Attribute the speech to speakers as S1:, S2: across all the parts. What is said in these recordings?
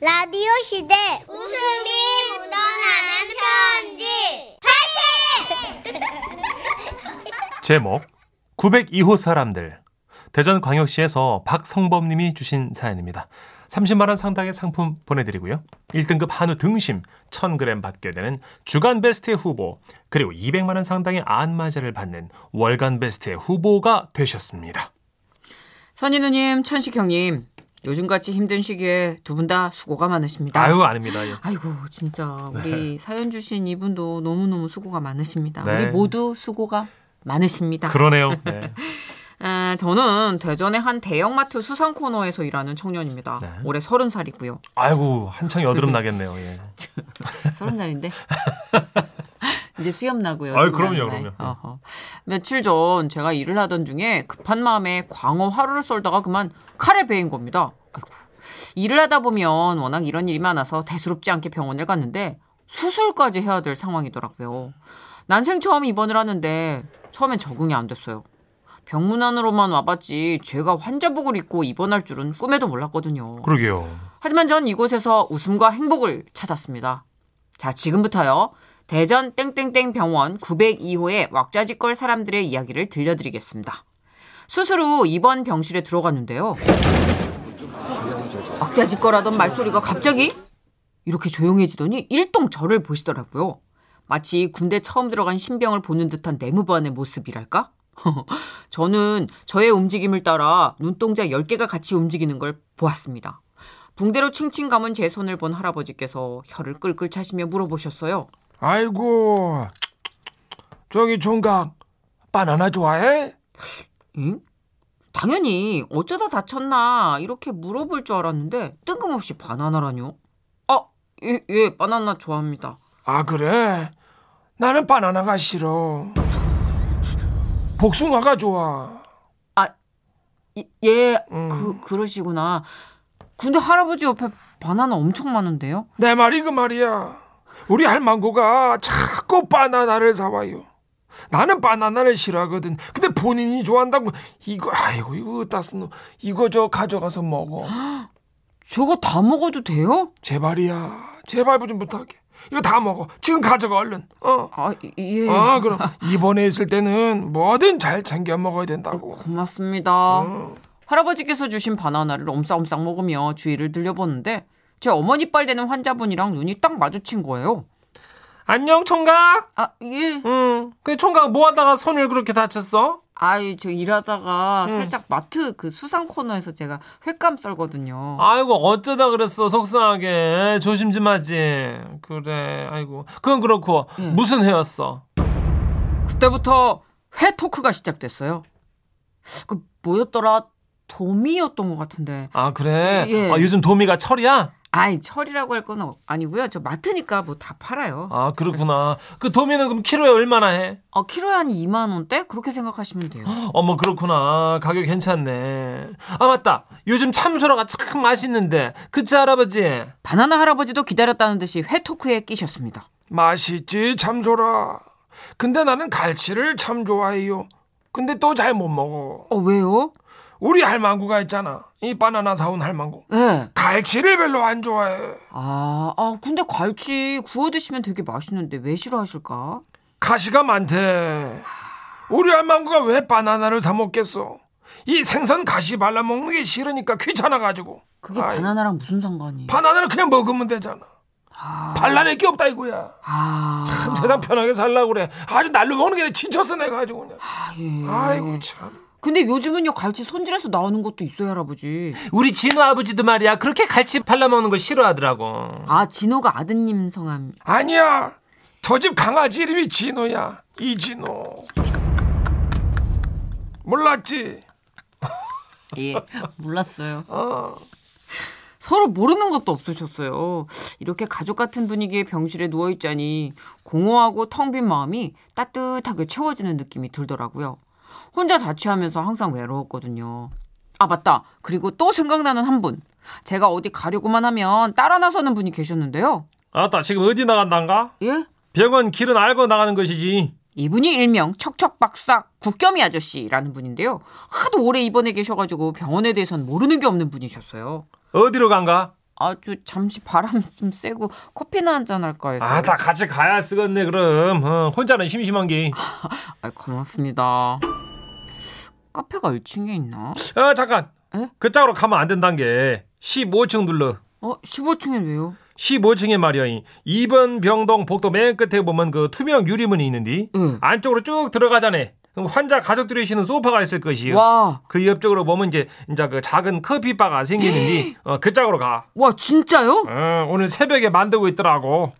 S1: 라디오 시대 웃음이 묻어나는 편지
S2: 제목 902호 사람들 대전 광역시에서 박성범 님이 주신 사연입니다. 30만 원 상당의 상품 보내드리고요. 1등급 한우 등심 1000g 받게 되는 주간 베스트 후보 그리고 200만 원 상당의 안마자를 받는 월간 베스트 후보가 되셨습니다.
S3: 선희 누님, 천식 형님, 요즘같이 힘든 시기에 두 분 다 수고가 많으십니다.
S2: 아유 네. 아닙니다. 예.
S3: 아이고, 진짜 우리 사연 주신 이분도 너무너무 수고가 많으십니다.
S2: 네.
S3: 우리 모두 수고가 많으십니다.
S2: 그러네요. 네.
S3: 아, 저는 대전의 한 대형마트 수상 코너에서 일하는 청년입니다.
S2: 네.
S3: 올해 서른 살이고요.
S2: 아이고 한창 여드름 나겠네요. 예.
S3: 서른 살인데. 이제 수염 나고요.
S2: 아이,
S3: 좀
S2: 그럼요, 네.
S3: 나는 나이.
S2: 그럼요.
S3: 어허. 며칠 전 제가 일을 하던 중에 급한 마음에 광어 화로를 썰다가 그만 칼에 베인 겁니다. 아이고. 일을 하다 보면 워낙 이런 일이 많아서 대수롭지 않게 병원을 갔는데 수술까지 해야 될 상황이더라고요. 난생 처음 입원을 하는데 처음엔 적응이 안 됐어요. 병문 안으로만 와봤지 제가 환자복을 입고 입원할 줄은 꿈에도 몰랐거든요.
S2: 그러게요.
S3: 하지만 전 이곳에서 웃음과 행복을 찾았습니다. 자, 지금부터요. 대전 땡땡땡 병원 902호의 왁자지껄 사람들의 이야기를 들려드리겠습니다. 수술 후 입원 병실에 들어갔는데요. 왁자지껄하던 말소리가 갑자기 이렇게 조용해지더니 일동 저를 보시더라고요. 마치 군대 처음 들어간 신병을 보는 듯한 내무반의 모습이랄까? 저는 저의 움직임을 따라 눈동자 10개가 같이 움직이는 걸 보았습니다. 붕대로 칭칭 감은 제 손을 본 할아버지께서 혀를 끌끌 차시며 물어보셨어요.
S2: 아이고 저기 총각 바나나 좋아해?
S3: 응? 당연히 어쩌다 다쳤나 이렇게 물어볼 줄 알았는데 뜬금없이 바나나라뇨? 아, 예, 예, 바나나 좋아합니다.
S4: 아 그래? 나는 바나나가 싫어. 복숭아가 좋아.
S3: 이- 예, 그 그러시구나. 근데 할아버지 옆에 바나나 엄청 많은데요?
S4: 내 말이 그 말이야. 우리 할망구가 자꾸 바나나를 사와요. 나는 바나나를 싫어하거든. 근데 본인이 좋아한다고 이거 아이고 이거 따스노 이거 저 가져가서 먹어.
S3: 저거 다 먹어도 돼요?
S4: 제발이야. 제발 뭐 좀 부탁해. 이거 다 먹어. 지금 가져가 얼른. 어.
S3: 아, 예, 예.
S4: 아 그럼 이번에 있을 때는 뭐든 잘 챙겨 먹어야 된다고.
S3: 고맙습니다.
S4: 어.
S3: 할아버지께서 주신 바나나를 옴싹옴싹 먹으며 주위를 들려보는데 제 어머니 빨 되는 환자분이랑 눈이 딱 마주친 거예요.
S4: 안녕 총각.
S3: 아, 예.
S4: 응. 그 총각 뭐 하다가 손을 그렇게 다쳤어?
S3: 아이, 저 일하다가 살짝 마트 그 수상 코너에서 제가 횟감 썰거든요.
S4: 아이고 어쩌다 그랬어 속상하게 조심 좀 하지 그래 아이고 그건 그렇고 무슨 회였어
S3: 그때부터 회 토크가 시작됐어요. 그 뭐였더라? 도미였던 것 같은데.
S4: 아 그래
S3: 예.
S4: 아, 요즘 도미가 철이야
S3: 아이, 철이라고 할 건 아니고요. 저 마트니까 뭐 다 팔아요.
S4: 아 그렇구나 그 도미는 그럼 키로에 얼마나 해
S3: 어, 키로에 한 2만 원대? 그렇게 생각하시면 돼요.
S4: 어머 그렇구나 가격 괜찮네 아 맞다 요즘 참소라가 참 맛있는데 그치 할아버지
S3: 바나나 할아버지도 기다렸다는 듯이 회 토크에 끼셨습니다.
S4: 맛있지 참소라 근데 나는 갈치를 참 좋아해요 근데 또 잘 못 먹어
S3: 어, 왜요?
S4: 우리 할망구가 있잖아 이 바나나 사온 할망구
S3: 예.
S4: 갈치를 별로 안 좋아해
S3: 아, 아, 근데 갈치 구워 드시면 되게 맛있는데 왜 싫어하실까?
S4: 가시가 많대. 우리 할망구가 왜 바나나를 사 먹겠어? 이 생선 가시 발라 먹는 게 싫으니까 귀찮아가지고.
S3: 그게
S4: 아이,
S3: 바나나랑 무슨 상관이?
S4: 바나나를 그냥 먹으면 되잖아.
S3: 아.
S4: 발라낼 게 없다 이거야.
S3: 아.
S4: 참 세상 편하게 살라고 그래. 아주 날로 먹는 게 지쳐서 내가 아주 그냥.
S3: 아, 예.
S4: 아이고 참.
S3: 근데 요즘은요, 갈치 손질해서 나오는 것도 있어요, 할아버지.
S4: 네.
S5: 우리 진우 아버지도 말이야 그렇게 갈치 발라먹는 걸 싫어하더라고
S3: 아, 진호가 아드님 성함.
S4: 아니야. 저 집 강아지 이름이 진호야. 이진호. 몰랐지?
S3: 예, 몰랐어요.
S4: 어.
S3: 서로 모르는 것도 없으셨어요. 이렇게 가족 같은 분위기의 병실에 누워있자니 공허하고 텅 빈 마음이 따뜻하게 채워지는 느낌이 들더라고요. 혼자 자취하면서 항상 외로웠거든요. 아, 맞다. 그리고 또 생각나는 한 분. 제가 어디 가려고만 하면 따라 나서는 분이 계셨는데요.
S2: 아따 지금 어디 나간단가?
S3: 예?
S2: 병원 길은 알고 나가는 것이지.
S3: 이분이 일명 척척박삭 국겸이 아저씨라는 분인데요. 하도 오래 입원해 계셔가지고 병원에 대해선 모르는 게 없는 분이셨어요.
S2: 어디로 간가?
S3: 아주 잠시 바람 좀 쐬고 커피나 한잔 할까 해서.
S5: 아, 다 같이 가야 쓰겠네, 그럼. 어, 혼자는 심심한 게.
S3: 아이, 고맙습니다. 카페가 1층에 있나?
S5: 아, 잠깐.
S3: 에?
S5: 그 짝으로 가면 안 된다는 게. 15층 눌러.
S3: 어, 15층에 왜요?
S5: 15층에 말이야. 이 2번 병동 복도 맨 끝에 보면 그 투명 유리문이 있는데
S3: 응.
S5: 안쪽으로 쭉 들어가자네. 그럼 환자 가족들이 쉬는 소파가 있을 것이요.
S3: 와,
S5: 그 옆쪽으로 보면 이제 이제 그 작은 커피바가 생기는데 어, 그 짝으로 가.
S3: 와, 진짜요?
S5: 어, 오늘 새벽에 만들고 있더라고.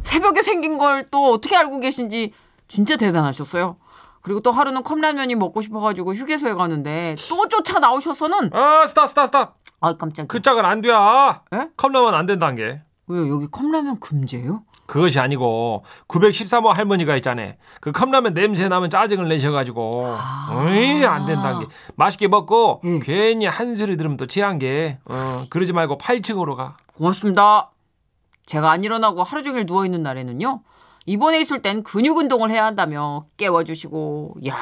S3: 새벽에 생긴 걸 또 어떻게 알고 계신지 진짜 대단하셨어요. 그리고 또 하루는 컵라면이 먹고 싶어가지고 휴게소에 가는데 또 쫓아 나오셔서는
S5: 아, 스탑 스탑 스탑.
S3: 아 깜짝이야.
S5: 그 짝은 안 돼.
S3: 에?
S5: 컵라면 안 된다는 게.
S3: 왜요? 여기 컵라면 금지예요?
S5: 그것이 아니고 913호 할머니가 있잖아요. 그 컵라면 냄새 나면 짜증을 내셔가지고 어이 안 된다는 게 맛있게 먹고
S3: 아. 예.
S5: 괜히 한 소리 들으면 또 취한 게 어, 그러지 말고 8층으로 가.
S3: 고맙습니다. 제가 안 일어나고 하루 종일 누워 있는 날에는요. 입원해 있을 땐 근육 운동을 해야 한다며 깨워주시고 야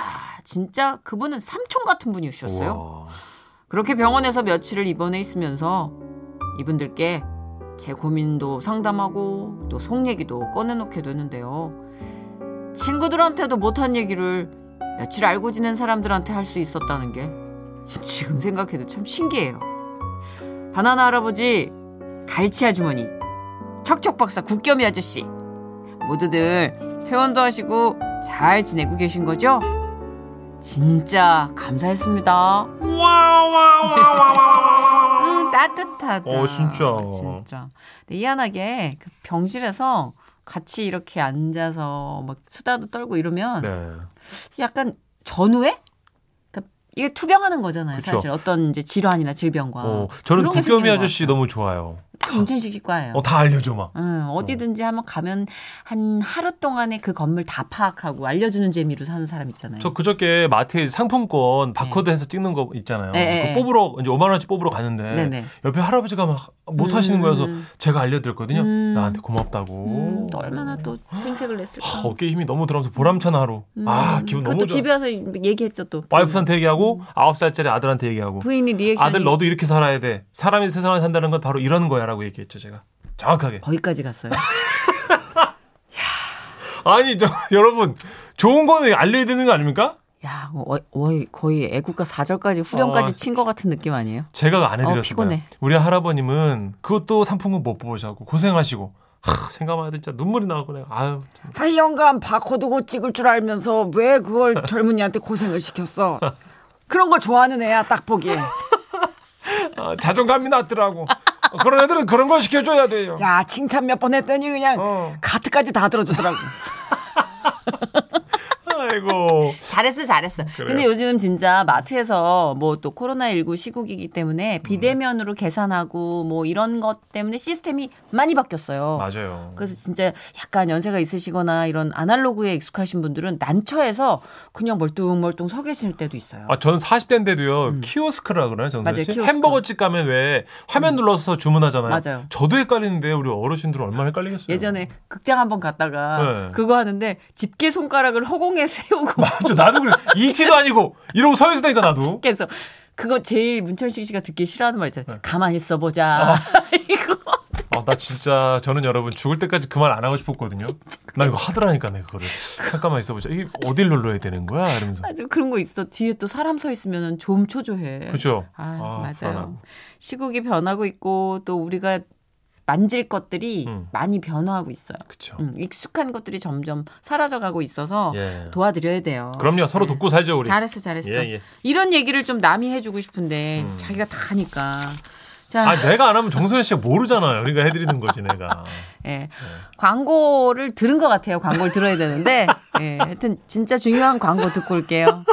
S3: 진짜 그분은 삼촌 같은 분이셨어요. 그렇게 병원에서 며칠을 입원해 있으면서 이분들께 제 고민도 상담하고 또 속 얘기도 꺼내놓게 되는데요. 친구들한테도 못한 얘기를 며칠 알고 지낸 사람들한테 할 수 있었다는 게 지금 생각해도 참 신기해요. 바나나 할아버지, 갈치 아주머니, 척척 박사, 국겸이 아저씨 모두들 퇴원도 하시고 잘 지내고 계신 거죠? 진짜 감사했습니다. 음, 따뜻하다.
S2: 어, 진짜.
S3: 진짜. 근데 희한하게 그 병실에서 같이 이렇게 앉아서 막 수다도 떨고 이러면
S2: 네.
S3: 약간 전후에? 그러니까 이게 투병하는 거잖아요.
S2: 그쵸.
S3: 사실 어떤 이제 질환이나 질병과.
S2: 어, 저는
S3: 아, 그런 게
S2: 국겸이
S3: 생기는 네.
S2: 아저씨 너무 좋아요.
S3: 것 같아요. 딱 정신식과예요.
S2: 어, 다 알려줘 막.
S3: 응, 어디든지 한번 가면 한 하루 동안에 그 건물 다 파악하고 알려주는 재미로 사는 사람 있잖아요.
S2: 저 그저께 마트에 상품권 바코드 해서 찍는 거 있잖아요.
S3: 음. 네, 네,
S2: 그거 뽑으러 이제 5만 원씩 뽑으러 갔는데
S3: 네네.
S2: 옆에 할아버지가 막 못 하시는
S3: 음.
S2: 거여서 제가 알려드렸거든요.
S3: 음.
S2: 나한테 고맙다고.
S3: 음, 또 얼마나 또 생색을 냈을까.
S2: 하, 어깨 힘이 너무 들어면서 보람찬 하루. 아
S3: 음,
S2: 기분
S3: 그것도
S2: 너무 좋아.
S3: 집에 와서 얘기했죠 또.
S2: 와이프한테 얘기하고 아홉 살짜리 아들한테 얘기하고
S3: 부인이 리액션이
S2: 아들 너도 이렇게 살아야 돼. 사람이 세상을 산다는 건 바로 이런 거야라고 얘기했죠 제가. 정확하게.
S3: 거기까지 갔어요.
S2: 아니 저, 여러분 좋은 거는 알려야 되는 거 아닙니까?
S3: 야, 어, 거의, 거의 애국가 4절까지
S2: 어,
S3: 후렴까지 친 것 같은 느낌 아니에요?
S2: 제가 안
S3: 어,
S2: 해드렸습니다.
S3: 피곤해.
S2: 우리 할아버님은 그것도 상품권 못 뽑으셔고 고생하시고 하, 생각만 해도 진짜 눈물이 나고 내가 아유 참.
S3: 하 영감 바코드고 찍을 줄 알면서 왜 그걸 젊은이한테 고생을 시켰어? 그런 거 좋아하는 애야 딱 보기에.
S4: 아, 자존감이 낮더라고. 어, 그런 애들은 그런 걸 시켜줘야 돼요.
S3: 야, 칭찬 몇 번 했더니 그냥
S4: 어.
S3: 가트까지 다 들어주더라고.
S2: 아이고
S3: 잘했어, 잘했어. 근데 요즘 진짜 마트에서 뭐 또 코로나19 시국이기 때문에 비대면으로 계산하고 뭐 이런 것 때문에 시스템이 많이 바뀌었어요.
S2: 맞아요.
S3: 그래서 진짜 약간 연세가 있으시거나 이런 아날로그에 익숙하신 분들은 난처해서 그냥 멀뚱멀뚱 서 계실 때도 있어요.
S2: 아, 저는 40대인데도요, 키오스크라 그러나요, 정선
S3: 음. 맞아요,
S2: 씨?
S3: 키오스크. 음.
S2: 햄버거집 가면 왜 화면 눌러서 주문하잖아요.
S3: 맞아요.
S2: 저도 헷갈리는데, 우리 어르신들은 얼마나 헷갈리겠어요.
S3: 예전에 극장 한번 갔다가
S2: 네.
S3: 그거 하는데 집게 손가락을 허공에 세우고
S2: 저 나도 그래. 이티도 아니고, 이러고 서 있으니까 나도.
S3: 그래서 그거 제일 문천식 씨가 듣기 싫어하는 말
S2: 네.
S3: 있잖아요. 가만히 있어 보자. 이거
S2: 아, 나 진짜, 저는 여러분 죽을 때까지 그 말 안 하고 싶었거든요. 나 이거 하더라니까, 내가 그거를. 잠깐만 있어보자. 이게 어딜 눌러야 되는 거야? 이러면서.
S3: 아주 그런 거 있어. 뒤에 또 사람 서 있으면 좀 초조해.
S2: 그죠?
S3: 아, 맞아요.
S2: 불안하고.
S3: 시국이 변하고 있고 또 우리가 만질 것들이
S2: 음.
S3: 많이 변화하고 있어요.
S2: 그쵸.
S3: 음, 익숙한 것들이 점점 사라져가고 있어서
S2: 그렇죠. 예.
S3: 도와드려야 돼요.
S2: 그럼요. 서로 돕고 살죠, 우리.
S3: 잘했어, 잘했어.
S2: 예, 예.
S3: 이런 얘기를 좀 남이 해주고 싶은데 자기가 다 하니까. 자,
S2: 아, 내가 안 하면 정선 씨가 모르잖아요. 우리가 해드리는 거지, 내가.
S3: 예. 광고를 들은 것 같아요. 광고를 들어야 되는데, 예. 하여튼 진짜 중요한 광고 듣고 올게요.